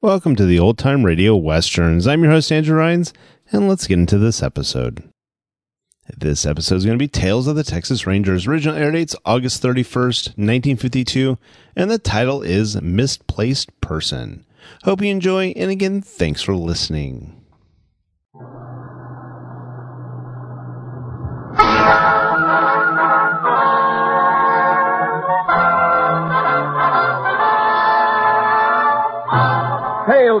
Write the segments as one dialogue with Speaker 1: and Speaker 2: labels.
Speaker 1: Welcome to the Old Time Radio Westerns. I'm your host, Andrew Rhines, and let's get into this episode. This episode is going to be Tales of the Texas Rangers. Original air dates August 31st, 1952, and the title is Misplaced Person. Hope you enjoy, and again, thanks for listening.
Speaker 2: Tales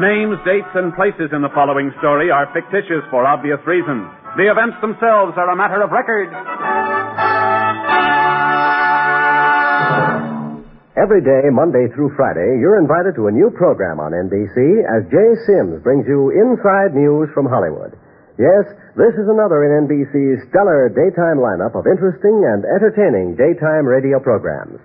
Speaker 2: Names, dates, and places in the following story are fictitious for obvious reasons. The events themselves are a matter of record.
Speaker 3: Every day, Monday through Friday, you're invited to a new program on NBC as Jay Sims brings you inside news from Hollywood. Yes, this is another in NBC's stellar daytime lineup of interesting and entertaining daytime radio programs.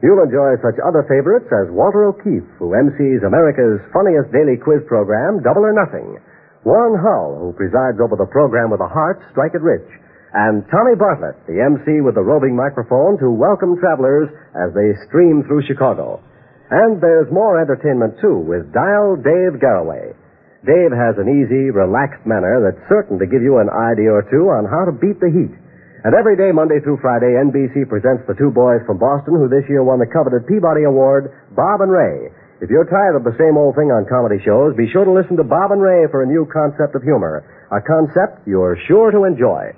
Speaker 3: You'll enjoy such other favorites as Walter O'Keefe, who MCs America's funniest daily quiz program, Double or Nothing, Warren Hull, who presides over the program with a heart, Strike It Rich, and Tommy Bartlett, the MC with the roving microphone to welcome travelers as they stream through Chicago. And there's more entertainment, too, with Dial Dave Garraway. Dave has an easy, relaxed manner that's certain to give you an idea or two on how to beat the heat. And every day, Monday through Friday, NBC presents the two boys from Boston who this year won the coveted Peabody Award, Bob and Ray. If you're tired of the same old thing on comedy shows, be sure to listen to Bob and Ray for a new concept of humor, a concept you're sure to enjoy.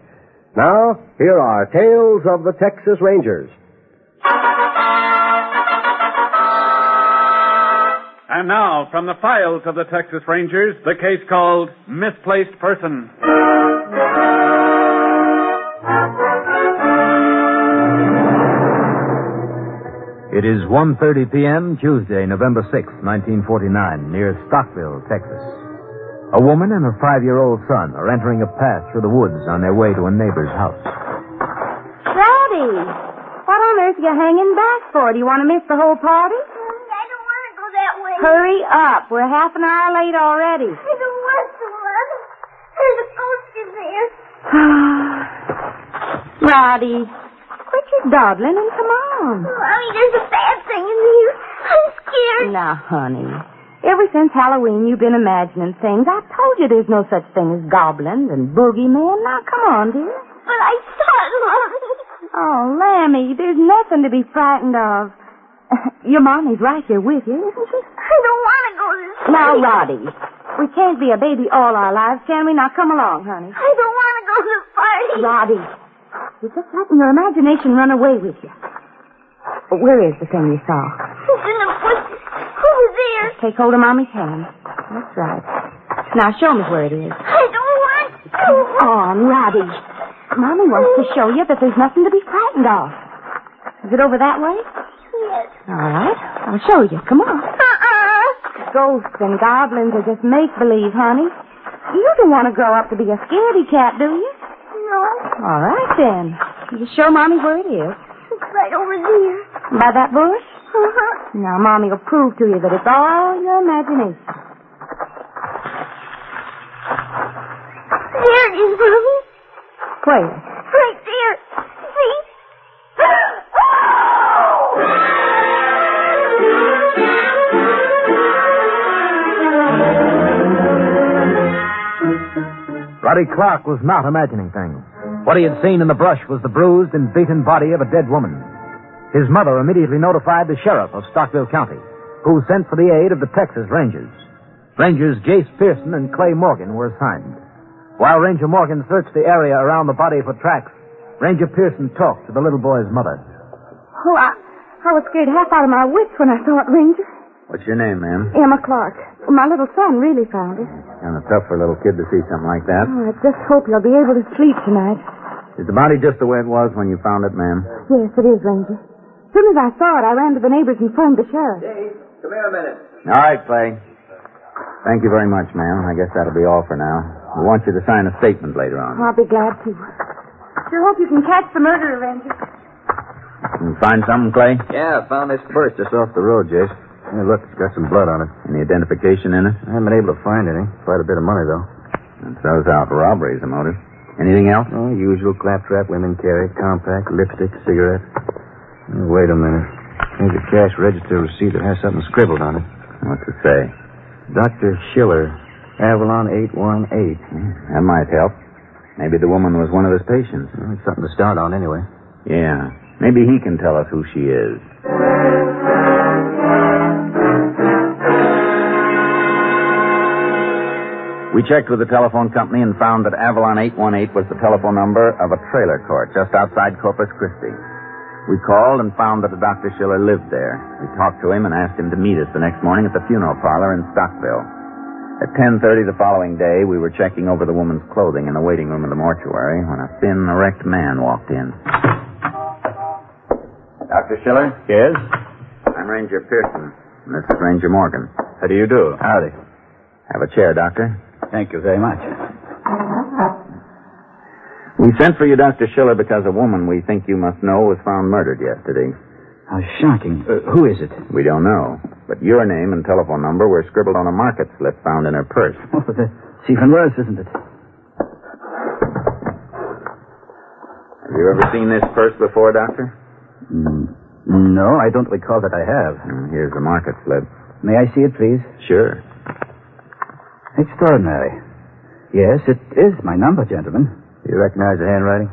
Speaker 3: Now, here are Tales of the Texas Rangers.
Speaker 2: And now, from the files of the Texas Rangers, the case called Misplaced Person.
Speaker 4: It is 1.30 p.m., Tuesday, November 6th, 1949, near Stockville, Texas. A woman and her five-year-old son are entering a path through the woods on their way to a neighbor's house.
Speaker 5: Freddie, what on earth are you hanging back for? Do you want to miss the whole party?
Speaker 6: I don't want to go that way.
Speaker 5: Hurry up. We're half an hour late already.
Speaker 6: I don't want to, Mom. There's a ghost in there.
Speaker 5: Roddy, quit your dawdling and come on.
Speaker 6: Mommy, there's a bad thing in here. I'm scared.
Speaker 5: Now, honey, ever since Halloween you've been imagining things. I told you there's no such thing as goblins and boogeymen. Now, come on, dear.
Speaker 6: But I saw it, Mommy.
Speaker 5: Oh, Lammy, there's nothing to be frightened of. Your mommy's right here with you, isn't she?
Speaker 6: I don't want to go this way.
Speaker 5: Now, Roddy, we can't be a baby all our lives, can we? Now, come along, honey.
Speaker 6: I don't want to go to the party.
Speaker 5: Roddy, you're just letting your imagination run away with you. Where is the thing you saw?
Speaker 6: It's in the bushes. Over there.
Speaker 5: Take hold of Mommy's hand. That's right. Now show me where it is.
Speaker 6: I don't want to.
Speaker 5: Come on, Roddy. Mommy wants to show you that there's nothing to be frightened of. Is it over that way?
Speaker 6: Yes.
Speaker 5: All right. I'll show you. Come on.
Speaker 6: Uh-uh.
Speaker 5: Ghosts and goblins are just make-believe, honey. You don't want to grow up to be a scaredy cat, do you?
Speaker 6: No.
Speaker 5: All right, then. You just show Mommy where it is.
Speaker 6: It's right over there.
Speaker 5: By that bush?
Speaker 6: Uh-huh.
Speaker 5: Now, Mommy will prove to you that it's all your imagination.
Speaker 6: There it is, Mommy.
Speaker 5: Where?
Speaker 6: Right there. See?
Speaker 4: Roddy Clark was not imagining things. What he had seen in the brush was the bruised and beaten body of a dead woman. His mother immediately notified the sheriff of Stockville County, who sent for the aid of the Texas Rangers. Rangers Jace Pearson and Clay Morgan were assigned. While Ranger Morgan searched the area around the body for tracks, Ranger Pearson talked to the little boy's mother.
Speaker 5: Oh, I, I was scared half out of my wits when I saw it, Ranger.
Speaker 4: What's your name, ma'am?
Speaker 5: Emma Clark. My little son really found it.
Speaker 4: Kind of tough for a little kid to see something like that.
Speaker 5: Oh, I just hope he'll be able to sleep tonight.
Speaker 4: Is the body just the way it was when you found it, ma'am?
Speaker 5: Yes, it is, Ranger. As soon as I saw it, I ran to the neighbors and phoned the sheriff.
Speaker 4: All right, Clay.
Speaker 7: Thank you very much, ma'am. I guess that'll be all for now. We want you to sign a statement later on.
Speaker 5: I'll be glad to.
Speaker 6: Sure hope you can catch the murderer, Ranger.
Speaker 7: You find something, Clay?
Speaker 8: Yeah, I found this purse just off the road, Jace. Hey, look, it's got some blood on it.
Speaker 7: Any identification in it?
Speaker 8: I haven't been able to find any. Quite a bit of money, though.
Speaker 7: It throws out robbery as a motive. Anything else?
Speaker 8: Oh, usual claptrap women carry. Compact, lipstick, cigarette. Hey, wait a minute. Here's a cash register receipt that has something scribbled on it.
Speaker 7: What's it say?
Speaker 8: Dr. Schiller, Avalon 818.
Speaker 7: That might help. Maybe the woman was one of his patients.
Speaker 8: Well, it's something to start on, anyway.
Speaker 7: Yeah. Maybe he can tell us who she is. We checked with the telephone company and found that Avalon 818 was the telephone number of a trailer court just outside Corpus Christi. We called and found that a Dr. Schiller lived there. We talked to him and asked him to meet us the next morning at the funeral parlor in Stockville. At 10.30 the following day, we were checking over the woman's clothing in the waiting room of the mortuary when a thin, erect man walked in. Dr. Schiller?
Speaker 8: Yes?
Speaker 7: I'm Ranger Pearson. And this is Ranger Morgan.
Speaker 8: How do you do? Howdy.
Speaker 7: Have a chair, Doctor.
Speaker 8: Thank you very much.
Speaker 7: We sent for you, Dr. Schiller, because a woman we think you must know was found murdered yesterday.
Speaker 8: How shocking. Uh, who is it?
Speaker 7: We don't know, but your name and telephone number were scribbled on a market slip found in her purse.
Speaker 8: Oh, the Chief and Rose, isn't it?
Speaker 7: Have you ever seen this purse before, Doctor?
Speaker 8: No, I don't recall that I have.
Speaker 7: Mm, Here's the market slip.
Speaker 8: May I see it, please?
Speaker 7: Sure.
Speaker 8: Extraordinary. Yes, it is my number, gentlemen. You recognize the handwriting?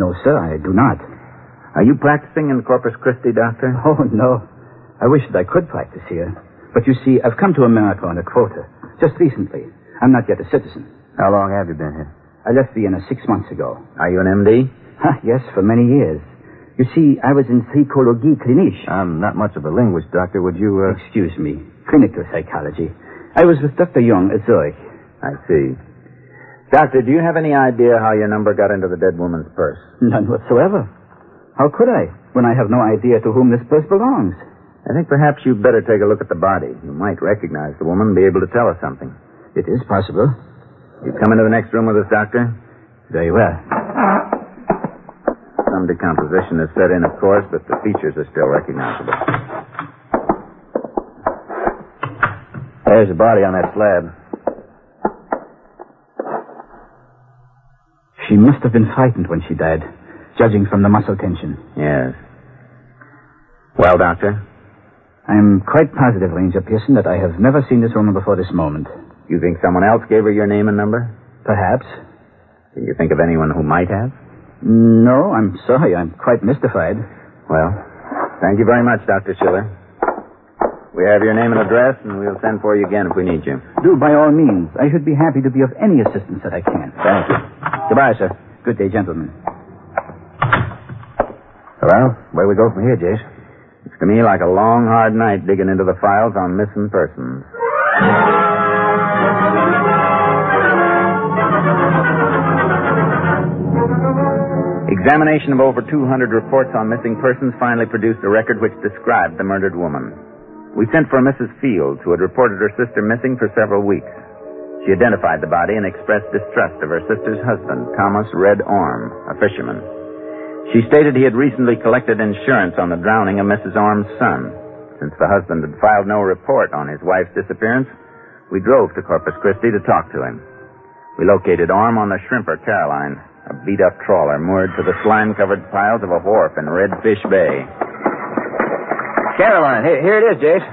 Speaker 8: No, sir, I do not.
Speaker 7: Are you practicing in Corpus Christi, Doctor?
Speaker 8: Oh, no. I wish that I could practice here. But you see, I've come to America on a quota. Just recently. I'm not yet a citizen. How long have you been here? I left Vienna six months ago.
Speaker 7: Are you an MD?
Speaker 8: Ah, yes, for many years. You see, I was in psychologie clinique. I'm not much of a linguist, doctor. Would you, uh... Excuse me. Clinical psychology. I was with Dr. Jung at Zurich.
Speaker 7: I see. Doctor, do you have any idea how your number got into the dead woman's purse?
Speaker 8: None whatsoever. How could I, when I have no idea to whom this purse belongs?
Speaker 7: I think perhaps you'd better take a look at the body. You might recognize the woman and be able to tell us something.
Speaker 8: It is possible.
Speaker 7: You come into the next room with us, Doctor?
Speaker 8: Very well.
Speaker 7: Some decomposition is set in, of course, but the features are still recognizable.
Speaker 8: There's the body on that slab. She must have been frightened when she died, judging from the muscle tension.
Speaker 7: Yes. Well, Doctor,
Speaker 8: I'm quite positive, Ranger Pearson, that I have never seen this woman before this moment.
Speaker 7: you think someone else gave her your name and number?
Speaker 8: Perhaps.
Speaker 7: Can you think of anyone who might have?
Speaker 8: No, I'm sorry. I'm quite mystified.
Speaker 7: Well, thank you very much, Dr. Schiller. We have your name and address, and we'll send for you again if we need you.
Speaker 8: Do by all means. I should be happy to be of any assistance that I can.
Speaker 7: Thank you.
Speaker 8: Goodbye, sir. Good day, gentlemen.
Speaker 7: Well, where we go from here, Jace? It's to me like a long, hard night digging into the files on missing persons. Examination of over 200 reports on missing persons finally produced a record which described the murdered woman. We sent for Mrs. Fields, who had reported her sister missing for several weeks. She identified the body and expressed distrust of her sister's husband, Thomas Red Orm, a fisherman. She stated he had recently collected insurance on the drowning of Mrs. Orm's son. Since the husband had filed no report on his wife's disappearance, we drove to Corpus Christi to talk to him. We located Orm on the Shrimper Caroline, a beat up trawler moored to the slime covered piles of a wharf in Redfish Bay.
Speaker 8: Caroline, here, here it is, Jace.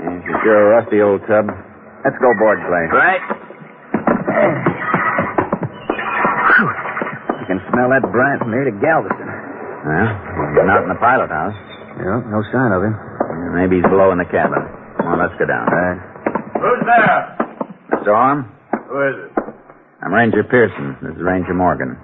Speaker 7: And she's sure a rusty old tub. Let's go board play.
Speaker 8: Right.
Speaker 7: You can smell that brine from here to Galveston. Well, he's not in the pilot house.
Speaker 8: Yeah, no sign of him.
Speaker 7: Maybe he's below in the cabin. Come on, let's go down.
Speaker 9: Who's there?
Speaker 7: Mr. Arm,
Speaker 9: Who is it?
Speaker 7: I'm Ranger Pearson. This is Ranger Morgan.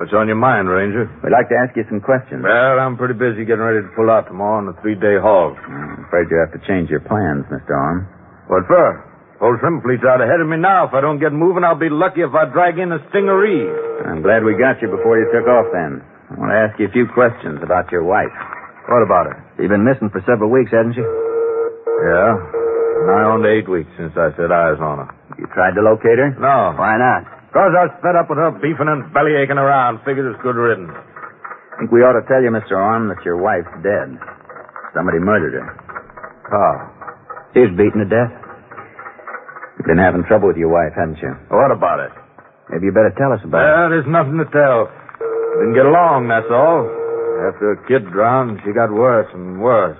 Speaker 9: What's on your mind, Ranger?
Speaker 7: We'd like to ask you some questions.
Speaker 9: Well, I'm pretty busy getting ready to pull out tomorrow on a three-day haul.
Speaker 7: I'm afraid you have to change your plans, Mr. Arm.
Speaker 9: What for? Whole shrimp fleet's out ahead of me now. If I don't get moving, I'll be lucky if I drag in a stingaree.
Speaker 7: I'm glad we got you before you took off then. I want to ask you a few questions about your wife.
Speaker 9: What about her?
Speaker 7: She's been missing for several weeks, hasn't she?
Speaker 9: Yeah.
Speaker 7: Nigh on to eight weeks since I set eyes on her.
Speaker 8: You tried to locate her?
Speaker 7: No.
Speaker 8: Why not?
Speaker 7: Because I was fed up with her beefing and belly aching around. Figured it's good riddance.
Speaker 8: I think we ought to tell you, Mr. Orme, that your wife's dead. Somebody murdered her.
Speaker 7: Oh.
Speaker 8: She was beaten to death. You've been having trouble with your wife, haven't you?
Speaker 7: What about it?
Speaker 8: Maybe you better tell us about it.
Speaker 7: Well, there's nothing to tell. Didn't get along, that's all. After her kid drowned, she got worse and worse.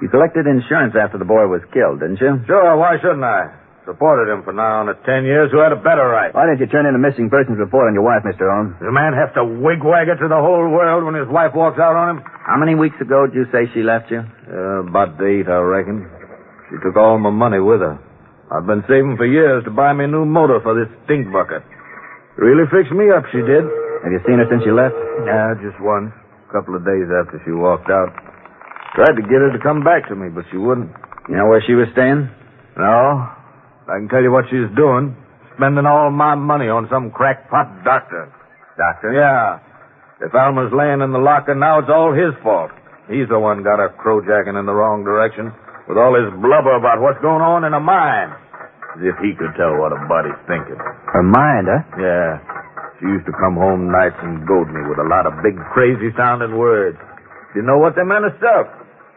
Speaker 8: You collected insurance after the boy was killed, didn't you?
Speaker 7: Sure, why shouldn't I? Supported him for now on the ten years. Who had a better right?
Speaker 6: Why didn't you turn in a missing persons report on your wife, Mr. Orme?
Speaker 7: Does a man have to wigwag it to the whole world when his wife walks out on him?
Speaker 8: How many weeks ago did you say she left you?
Speaker 7: Uh, about eight, I reckon. She took all my money with her. I've been saving for years to buy me a new motor for this stink bucket. Really fixed me up, she did.
Speaker 8: Have you seen her since you left?
Speaker 7: Yeah, just once. A couple of days after she walked out. Tried to get her to come back to me, but she wouldn't.
Speaker 8: You know where she was staying?
Speaker 7: No. I can tell you what she's doing. Spending all my money on some crackpot doctor.
Speaker 8: Doctor?
Speaker 7: Yeah. If Alma's laying in the locker now, it's all his fault. He's the one got her crowjacking in the wrong direction with all his blubber about what's going on in her mind. As if he could tell what a body's thinking.
Speaker 8: Her mind, huh?
Speaker 7: Yeah. She used to come home nights and goad me with a lot of big, crazy sounding words. You know what they meant herself.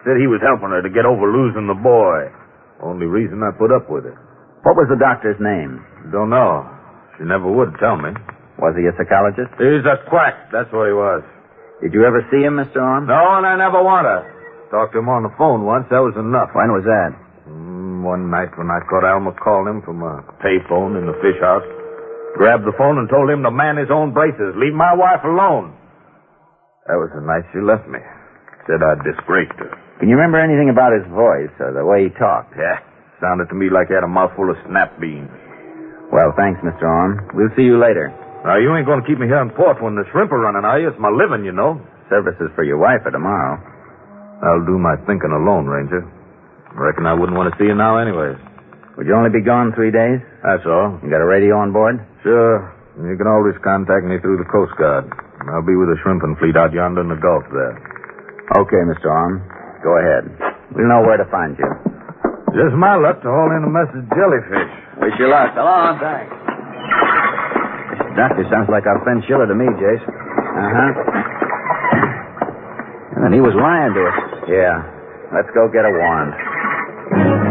Speaker 7: Said he was helping her to get over losing the boy. Only reason I put up with it.
Speaker 8: What was the doctor's name?
Speaker 7: Don't know. She never would tell me.
Speaker 8: Was he a psychologist?
Speaker 7: He's a quack. That's what he was.
Speaker 8: Did you ever see him, Mr. Orme?
Speaker 7: No, and I never want her. Talked to him on the phone once. That was enough.
Speaker 8: When was that?
Speaker 7: Mm, one night when I caught Alma calling him from a payphone in the fish house, grabbed the phone and told him to man his own braces, leave my wife alone. That was the night she left me. Said I disgraced her.
Speaker 8: Can you remember anything about his voice or the way he talked?
Speaker 7: Yeah, sounded to me like he had a mouthful of snap beans.
Speaker 8: Well, thanks, Mr. Orme. We'll see you later.
Speaker 7: Now, you ain't going to keep me here in port when the shrimp are running, are you? It's my living, you know.
Speaker 8: Services for your wife are tomorrow.
Speaker 7: I'll do my thinking alone, Ranger. Reckon I wouldn't want to see you now anyways.
Speaker 8: Would you only be gone three days?
Speaker 7: That's all.
Speaker 8: You got a radio on board?
Speaker 7: Sure. You can always contact me through the Coast Guard. I'll be with the shrimping fleet out yonder in the Gulf there.
Speaker 8: Okay, Mr. Orme. Go ahead. We'll know where to find you.
Speaker 7: Just my luck to haul in a mess of jellyfish.
Speaker 8: Wish you luck. So long.
Speaker 7: Thanks.
Speaker 8: Doctor sounds like our friend Schiller to me, Jace. Uh huh. And then he was lying to us. Yeah. Let's go get a warrant.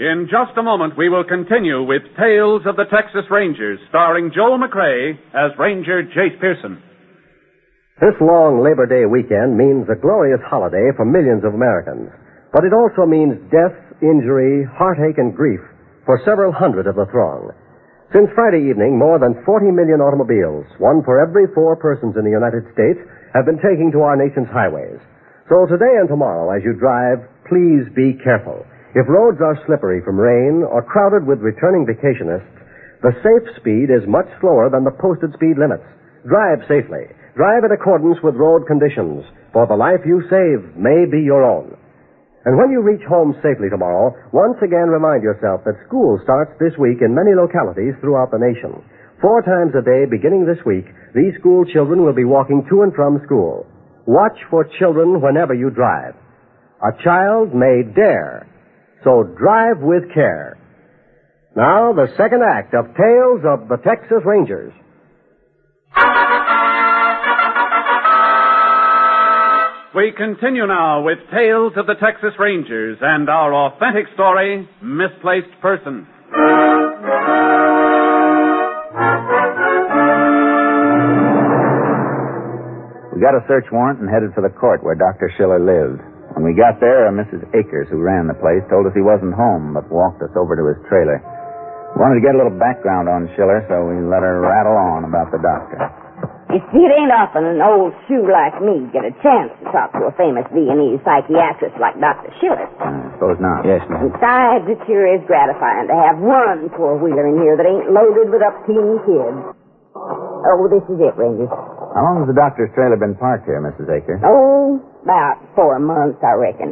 Speaker 2: In just a moment, we will continue with Tales of the Texas Rangers, starring Joel McRae as Ranger Jace Pearson.
Speaker 3: This long Labor Day weekend means a glorious holiday for millions of Americans, but it also means death, injury, heartache, and grief for several hundred of the throng. Since Friday evening, more than 40 million automobiles, one for every four persons in the United States, have been taking to our nation's highways. So today and tomorrow, as you drive, please be careful. If roads are slippery from rain or crowded with returning vacationists, the safe speed is much slower than the posted speed limits. Drive safely. Drive in accordance with road conditions, for the life you save may be your own. And when you reach home safely tomorrow, once again remind yourself that school starts this week in many localities throughout the nation. Four times a day beginning this week, these school children will be walking to and from school. Watch for children whenever you drive. A child may dare, so drive with care. Now, the second act of Tales of the Texas Rangers.
Speaker 2: We continue now with Tales of the Texas Rangers and our authentic story, Misplaced Person.
Speaker 8: We got a search warrant and headed for the court where Dr. Schiller lived. When we got there, a Mrs. Akers, who ran the place, told us he wasn't home, but walked us over to his trailer. We wanted to get a little background on Schiller, so we let her rattle on about the doctor.
Speaker 10: You see, it ain't often an old shoe like me get a chance to talk to a famous Viennese psychiatrist like Dr. Schiller.
Speaker 8: I suppose not.
Speaker 6: Yes, ma'am.
Speaker 10: Besides, it sure is gratifying to have one poor wheeler in here that ain't loaded with upteen kids. Oh, this is it, Ranger.
Speaker 8: How long has the doctor's trailer been parked here, Mrs. Akers?
Speaker 10: Oh, about four months, I reckon.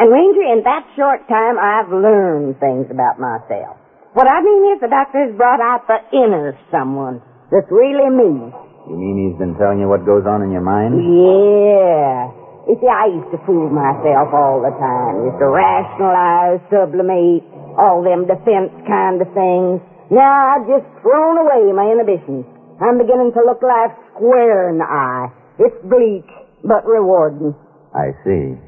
Speaker 10: And Ranger, in that short time, I've learned things about myself.
Speaker 5: What I mean is the doctor has brought out the inner someone. That's really me.
Speaker 7: You mean he's been telling you what goes on in your mind?
Speaker 10: Yeah. You see, I used to fool myself all the time. Used to rationalize, sublimate, all them defense kind of things. Now I've just thrown away my inhibitions. I'm beginning to look life square in the eye. It's bleak, but rewarding.
Speaker 7: I see.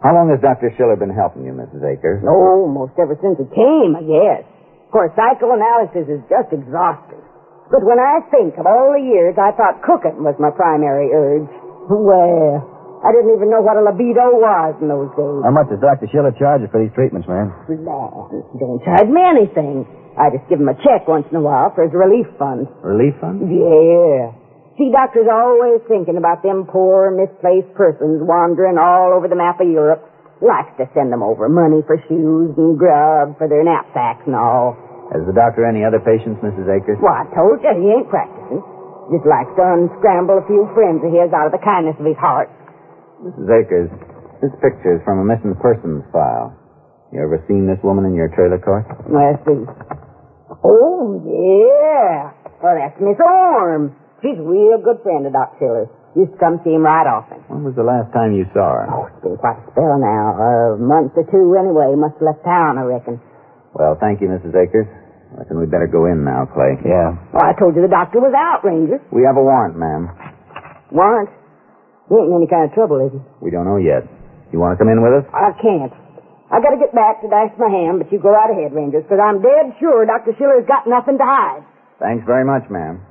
Speaker 7: How long has Dr. Schiller been helping you, Mrs. Akers?
Speaker 10: Almost ever since it came, I guess. Of course, psychoanalysis is just exhausting. But when I think of all the years I thought cooking was my primary urge, well, I didn't even know what a libido was in those days.
Speaker 8: How much does Dr. Schiller charge you for these treatments, man?
Speaker 10: Land, he don't charge me anything. I just give him a check once in a while for his relief fund.
Speaker 7: Relief fund?
Speaker 10: Yeah. See, doctors are always thinking about them poor, misplaced persons wandering all over the map of Europe. Likes to send them over money for shoes and grub for their knapsacks and all.
Speaker 7: Has the doctor any other patients, Mrs. Akers?
Speaker 10: Why, I told you, he ain't practicing. Just likes to unscramble a few friends of his out of the kindness of his heart.
Speaker 7: Mrs. Akers, this picture is from a missing persons file. You ever seen this woman in your trailer court?
Speaker 10: Let's see. Oh, yeah. Well, that's Miss Orm. She's a real good friend of Doc Schiller's. Used to come see him right often.
Speaker 7: When was the last time you saw her?
Speaker 10: Oh, it's been quite a spell now. uh, A month or two, anyway. Must have left town, I reckon.
Speaker 7: Well, thank you, Mrs. Akers. I reckon we'd better go in now, Clay. Yeah.
Speaker 10: Well, Oh, I told you the doctor was out, Ranger.
Speaker 7: We have a warrant, ma'am.
Speaker 10: Warrant? He ain't in any kind of trouble, is he?
Speaker 7: We don't know yet. You want to come in with us?
Speaker 10: I can't. I gotta get back to dash my hand, but you go right ahead, Rangers, because I'm dead sure Dr. Schiller's got nothing to hide.
Speaker 7: Thanks very much, ma'am.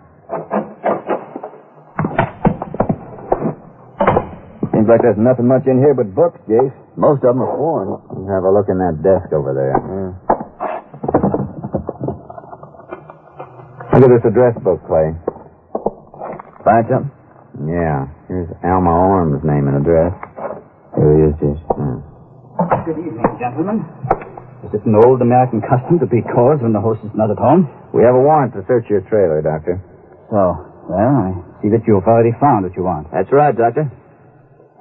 Speaker 8: Seems like there's nothing much in here but books, Jace. Most of them are Hmm. foreign.
Speaker 7: Have a look in that desk over there. Look at this address book, Clay.
Speaker 8: Find something?
Speaker 7: Yeah. Here's Alma Orm's name and address. Here he is, Jace. Yeah.
Speaker 8: Good evening, gentlemen. Is it an old American custom to be called when the host is not at home?
Speaker 7: We have a warrant to search your trailer, Doctor.
Speaker 8: So, well, I see that you've already found what you want.
Speaker 7: That's right, Doctor.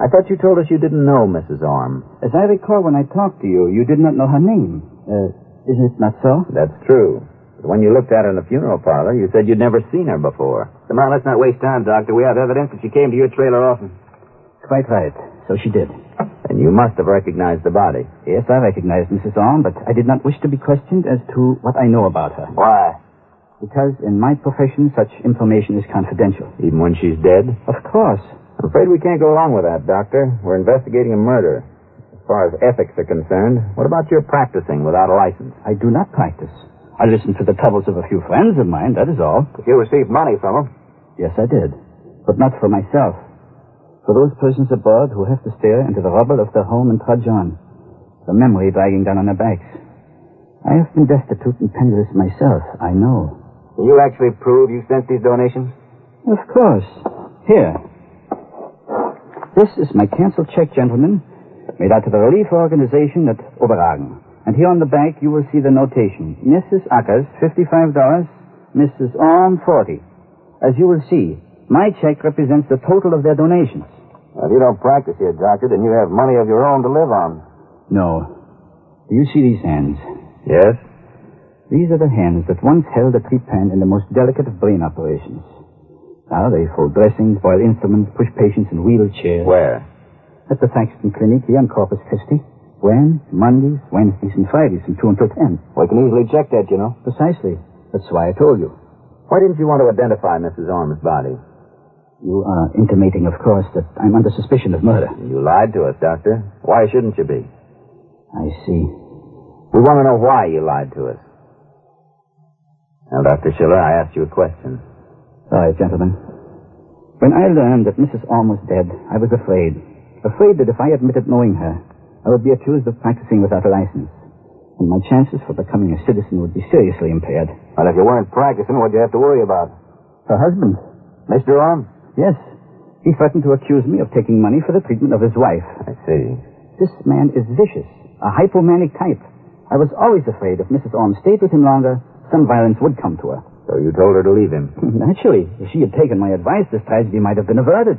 Speaker 7: I thought you told us you didn't know Mrs. Orm.
Speaker 8: As I recall when I talked to you, you did not know her name. Uh, is it not so?
Speaker 7: That's true. But when you looked at her in the funeral parlor, you said you'd never seen her before. Come on, let's not waste time, Doctor. We have evidence that she came to your trailer often.
Speaker 8: Quite right. So she did.
Speaker 7: And you must have recognized the body.
Speaker 8: Yes, I recognized Mrs. Orme, but I did not wish to be questioned as to what I know about her.
Speaker 7: Why?
Speaker 8: Because in my profession, such information is confidential.
Speaker 7: Even when she's dead?
Speaker 8: Of course.
Speaker 7: I'm afraid we can't go along with that, Doctor. We're investigating a murder. As far as ethics are concerned, what about your practicing without a license?
Speaker 8: I do not practice. I listen to the troubles of a few friends of mine, that is all.
Speaker 7: You received money from them.
Speaker 8: Yes, I did. But not for myself. For those persons aboard who have to stare into the rubble of their home and trudge on, the memory dragging down on their backs. I have been destitute and penniless myself, I know.
Speaker 7: Can you actually prove you sent these donations?
Speaker 8: Of course. Here. This is my canceled check, gentlemen, made out to the relief organization at Oberhagen. And here on the back, you will see the notation. Mrs. Ackers, $55. Mrs. Orm, 40 As you will see, my check represents the total of their donations.
Speaker 7: Well, if you don't practice here, Doctor, then you have money of your own to live on.
Speaker 8: No. Do you see these hands?
Speaker 7: Yes?
Speaker 8: These are the hands that once held a tree pan in the most delicate of brain operations. Now they fold dressings, boil instruments, push patients in wheelchairs.
Speaker 7: Where?
Speaker 8: At the Faxton Clinic here on Corpus Christi. When? Mondays, Wednesdays, and Fridays from 2 until 10.
Speaker 7: We can easily check that, you know.
Speaker 8: Precisely. That's why I told you.
Speaker 7: Why didn't you want to identify Mrs. Orm's body?
Speaker 8: You are intimating, of course, that I'm under suspicion of murder.
Speaker 7: You lied to us, Doctor. Why shouldn't you be?
Speaker 8: I see.
Speaker 7: We want to know why you lied to us. Now, Dr. Schiller, I asked you a question.
Speaker 8: All right, gentlemen. When I learned that Mrs. Orme was dead, I was afraid. Afraid that if I admitted knowing her, I would be accused of practicing without a license. And my chances for becoming a citizen would be seriously impaired.
Speaker 7: Well, if you weren't practicing, what'd you have to worry about?
Speaker 8: Her husband?
Speaker 7: Mr. Orm?
Speaker 8: Yes. He threatened to accuse me of taking money for the treatment of his wife.
Speaker 7: I see.
Speaker 8: This man is vicious, a hypomanic type. I was always afraid if Mrs. Orme stayed with him longer, some violence would come to her.
Speaker 7: So you told her to leave him.
Speaker 8: Naturally, if she had taken my advice, this tragedy might have been averted.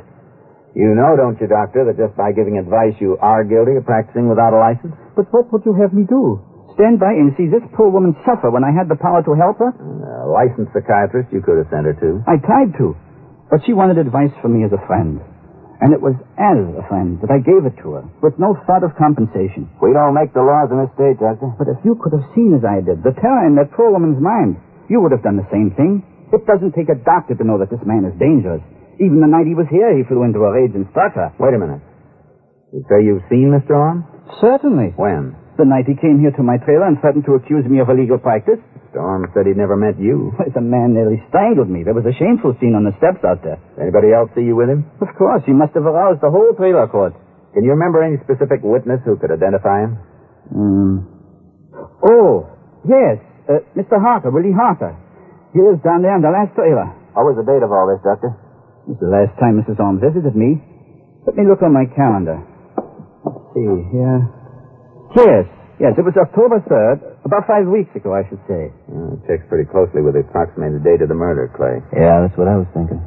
Speaker 7: You know, don't you, Doctor, that just by giving advice you are guilty of practicing without a license?
Speaker 8: But what would you have me do? stand by and see this poor woman suffer when I had the power to help her?
Speaker 7: A licensed psychiatrist you could have sent her to.
Speaker 8: I tried to, but she wanted advice from me as a friend. And it was as a friend that I gave it to her, with no thought of compensation.
Speaker 7: We don't make the laws in this state, Doctor.
Speaker 8: But if you could have seen as I did, the terror in that poor woman's mind, you would have done the same thing. It doesn't take a doctor to know that this man is dangerous. Even the night he was here, he flew into a rage and struck her.
Speaker 7: Wait a minute. You say you've seen Mr. Orme?
Speaker 8: Certainly.
Speaker 7: When?
Speaker 8: The night he came here to my trailer and threatened to accuse me of illegal practice.
Speaker 7: Mr. Orme said he'd never met you.
Speaker 8: Why, the man nearly strangled me. There was a shameful scene on the steps out there.
Speaker 7: Anybody else see you with him?
Speaker 8: Of course, he must have aroused the whole trailer court.
Speaker 7: Can you remember any specific witness who could identify him?
Speaker 8: Hmm. Oh, yes. Uh, Mr. Harker, Willie Harker. He lives down there on the last trailer.
Speaker 7: What was the date of all this, Doctor?
Speaker 8: It was the last time Mrs. Orme visited me. Let me look on my calendar. Let's see here. Yes, yes, it was October 3rd, about five weeks ago, I should say.
Speaker 7: Uh, it checks pretty closely with the approximated date of the murder, Clay.
Speaker 8: Yeah, that's what I was thinking.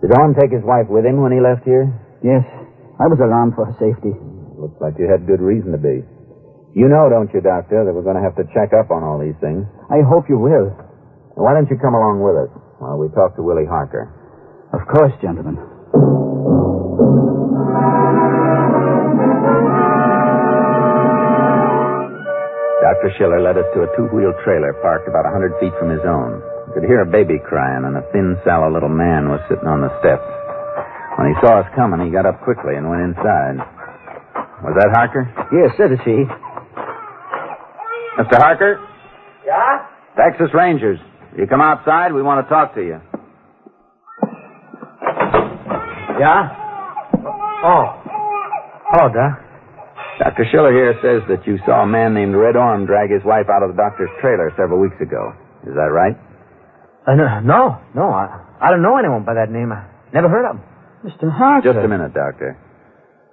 Speaker 7: Did Orme take his wife with him when he left here?
Speaker 8: Yes, I was alarmed for her safety.
Speaker 7: Looks like you had good reason to be. You know, don't you, Doctor, that we're going to have to check up on all these things.
Speaker 8: I hope you will.
Speaker 7: Now, why don't you come along with us while we talk to Willie Harker?
Speaker 8: Of course, gentlemen.
Speaker 7: Dr. Schiller led us to a two wheel trailer parked about a 100 feet from his own. We could hear a baby crying, and a thin, sallow little man was sitting on the steps. When he saw us coming, he got up quickly and went inside. Was that Harker?
Speaker 8: Yes, that is he.
Speaker 7: Mr. Harker?
Speaker 11: Yeah?
Speaker 7: Texas Rangers. You come outside, we want to talk to you.
Speaker 11: Yeah? Oh. Hello, Doc.
Speaker 7: Dr. Schiller here says that you saw a man named Red Orm drag his wife out of the doctor's trailer several weeks ago. Is that right?
Speaker 11: Uh, no, no. I, I don't know anyone by that name. I never heard of him.
Speaker 8: Mr. Harker.
Speaker 7: Just a minute, Doctor.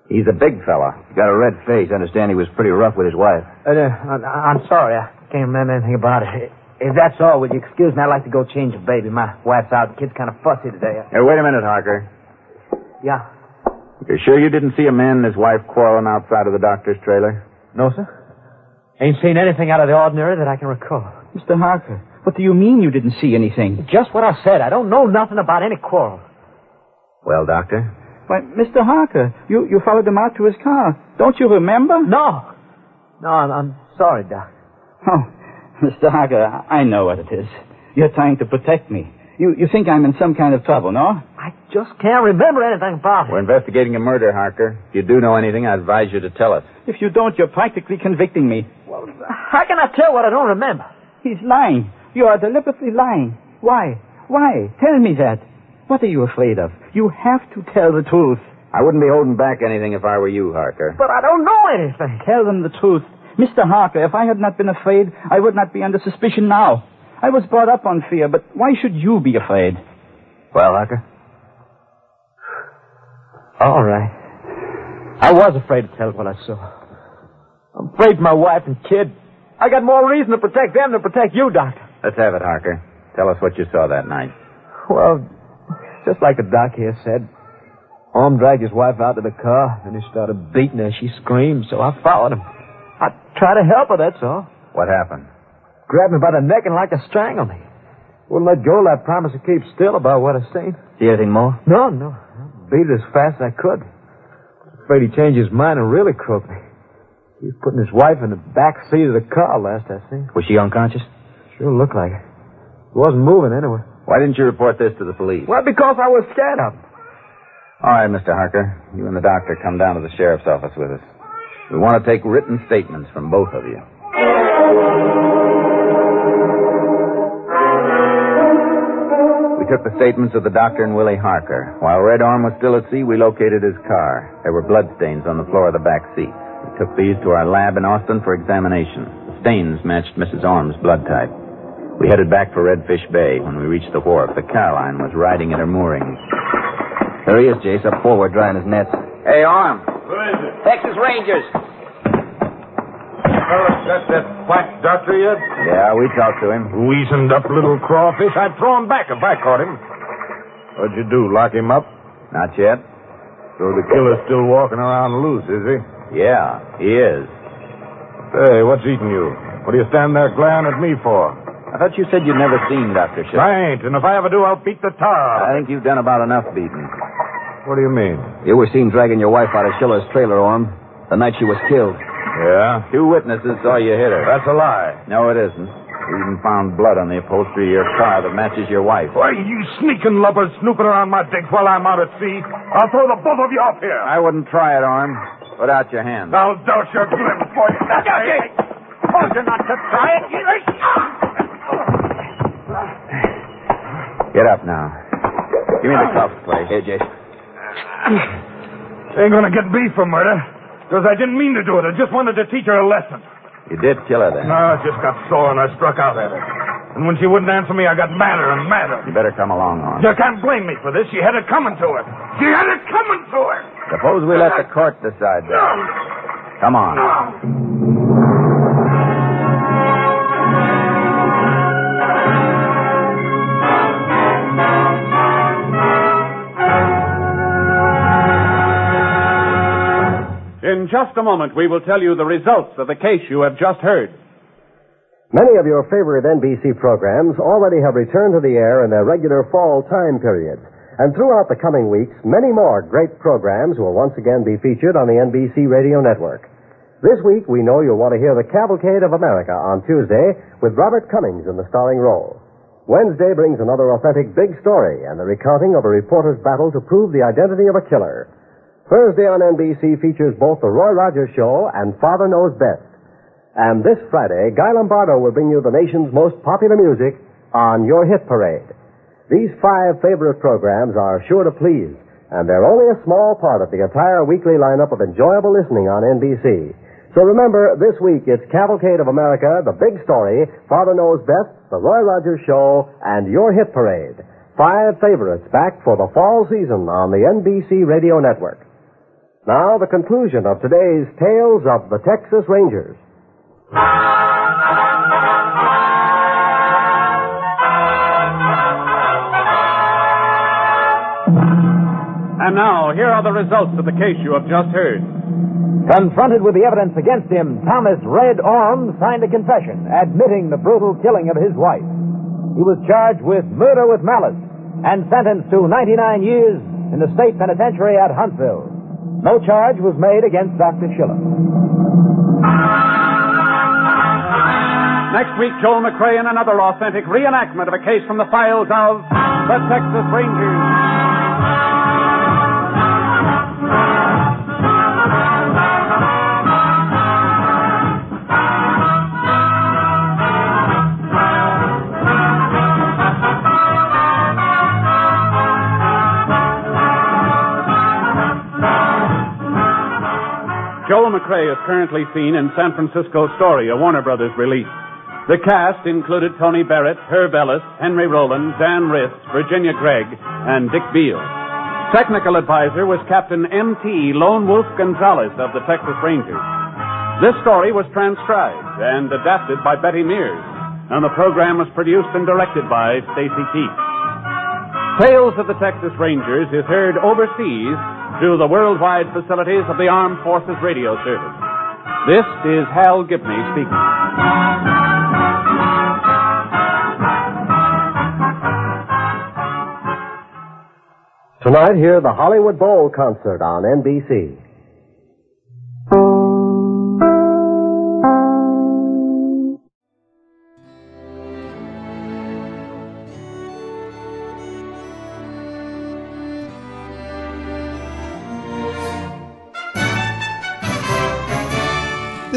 Speaker 7: He's a big fella. He's got a red face. I understand he was pretty rough with his wife.
Speaker 11: Uh, I, am sorry. I can't remember anything about it. If that's all, would you excuse me? I'd like to go change a baby. My wife's out. The kid's kind of fussy today.
Speaker 7: Hey, wait a minute, Harker.
Speaker 11: Yeah.
Speaker 7: You're sure you didn't see a man and his wife quarreling outside of the doctor's trailer?
Speaker 11: No, sir. Ain't seen anything out of the ordinary that I can recall.
Speaker 8: Mr. Harker, what do you mean you didn't see anything?
Speaker 11: Just what I said. I don't know nothing about any quarrel.
Speaker 7: Well, Doctor?
Speaker 8: Why, Mr. Harker, you, you followed him out to his car. Don't you remember?
Speaker 11: No. No, I'm, I'm sorry, Doc.
Speaker 8: Oh, Mr. Harker, I know what it is. You're trying to protect me. You, you think I'm in some kind of trouble, no?
Speaker 11: I just can't remember anything about it.
Speaker 7: We're investigating a murder, Harker. If you do know anything, I advise you to tell us.
Speaker 8: If you don't, you're practically convicting me.
Speaker 11: Well, how can I tell what I don't remember?
Speaker 8: He's lying. You are deliberately lying. Why? Why? Tell me that. What are you afraid of? You have to tell the truth.
Speaker 7: I wouldn't be holding back anything if I were you, Harker.
Speaker 11: But I don't know anything.
Speaker 8: Tell them the truth. Mr. Harker, if I had not been afraid, I would not be under suspicion now. I was brought up on fear, but why should you be afraid?
Speaker 7: Well, Harker?
Speaker 11: All right. I was afraid to tell what I saw. I'm afraid of my wife and kid. I got more reason to protect them than protect you, Doctor.
Speaker 7: Let's have it, Harker. Tell us what you saw that night.
Speaker 11: Well, just like the doc here said, Orm dragged his wife out to the car, and he started beating her. She screamed, so I followed him. I tried to help her, that's all.
Speaker 7: What happened?
Speaker 11: grabbed me by the neck and like to strangle me. Wouldn't let go of that promise to keep still about what I seen.
Speaker 7: See anything more?
Speaker 11: No, no. I beat it as fast as I could. Afraid he changed his mind and really crooked me. He was putting his wife in the back seat of the car last I seen.
Speaker 7: Was she unconscious?
Speaker 11: Sure looked like it. She wasn't moving anyway.
Speaker 7: Why didn't you report this to the police?
Speaker 11: Well, because I was scared of him.
Speaker 7: All right, Mr. Harker. You and the doctor come down to the sheriff's office with us. We want to take written statements from both of you. took the statements of the doctor and Willie Harker. While Red Arm was still at sea, we located his car. There were bloodstains on the floor of the back seat. We took these to our lab in Austin for examination. The stains matched Mrs. Arm's blood type. We headed back for Redfish Bay. When we reached the wharf, the Caroline was riding at her moorings.
Speaker 8: There he is, Jace, up forward, drying his nets.
Speaker 7: Hey, Arm.
Speaker 12: Who is it?
Speaker 7: Texas Rangers.
Speaker 12: Fellas got Oh, that quack doctor yet?
Speaker 7: Yeah, we talked to him.
Speaker 12: Weasened up little crawfish. I'd throw him back if I caught him. What'd you do? Lock him up?
Speaker 7: Not yet.
Speaker 12: So the killer's still walking around loose, is he?
Speaker 7: Yeah, he is.
Speaker 12: Hey, what's eating you?
Speaker 9: What do you stand there glaring at me for? I thought you said you'd never seen Dr. Ship. I ain't, and if I ever do, I'll beat the tar.
Speaker 7: I think you've done about enough beating.
Speaker 9: What do you mean?
Speaker 8: You were seen dragging your wife out of Schiller's trailer, Orm, the night she was killed.
Speaker 9: Yeah?
Speaker 7: Two witnesses saw you hit her.
Speaker 9: That's a lie.
Speaker 7: No, it isn't. We even found blood on the upholstery of your car that matches your wife.
Speaker 9: Why, you sneaking lubbers snooping around my digs while I'm out at sea. I'll throw the both of you off here.
Speaker 7: I wouldn't try it, Arm. Put out your hand.
Speaker 9: I'll douse your glim for you. Hey, hey, Told you not to try it.
Speaker 7: Get up now. Give me the cuffs, please. Here, Jake.
Speaker 9: She ain't gonna get me for murder. Because I didn't mean to do it. I just wanted to teach her a lesson.
Speaker 7: You did kill her then.
Speaker 9: No, I just got sore and I struck out at her. And when she wouldn't answer me, I got madder and madder.
Speaker 7: You better come along, Arm.
Speaker 9: You can't blame me for this. She had it coming to her. She had it coming to her.
Speaker 7: Suppose we let the court decide that. Come on.
Speaker 2: In just a moment, we will tell you the results of the case you have just heard.
Speaker 3: Many of your favorite NBC programs already have returned to the air in their regular fall time periods. And throughout the coming weeks, many more great programs will once again be featured on the NBC radio network. This week, we know you'll want to hear The Cavalcade of America on Tuesday with Robert Cummings in the starring role. Wednesday brings another authentic big story and the recounting of a reporter's battle to prove the identity of a killer. Thursday on NBC features both The Roy Rogers Show and Father Knows Best. And this Friday, Guy Lombardo will bring you the nation's most popular music on Your Hit Parade. These five favorite programs are sure to please, and they're only a small part of the entire weekly lineup of enjoyable listening on NBC. So remember, this week it's Cavalcade of America, The Big Story, Father Knows Best, The Roy Rogers Show, and Your Hit Parade. Five favorites back for the fall season on the NBC Radio Network. Now, the conclusion of today's Tales of the Texas Rangers.
Speaker 2: And now, here are the results of the case you have just heard.
Speaker 4: Confronted with the evidence against him, Thomas Red Orm signed a confession admitting the brutal killing of his wife. He was charged with murder with malice and sentenced to 99 years in the state penitentiary at Huntsville. No charge was made against Dr. Schiller.
Speaker 2: Next week, Joel McRae in another authentic reenactment of a case from the files of the Texas Rangers. Joel McRae is currently seen in San Francisco Story, a Warner Brothers release. The cast included Tony Barrett, Herb Ellis, Henry Rowland, Dan Riss, Virginia Gregg, and Dick Beale. Technical advisor was Captain M.T. Lone Wolf Gonzalez of the Texas Rangers. This story was transcribed and adapted by Betty Mears, and the program was produced and directed by Stacy Keach. Tales of the Texas Rangers is heard overseas through the worldwide facilities of the Armed Forces Radio Service. This is Hal Gibney speaking.
Speaker 3: Tonight, hear the Hollywood Bowl concert on NBC.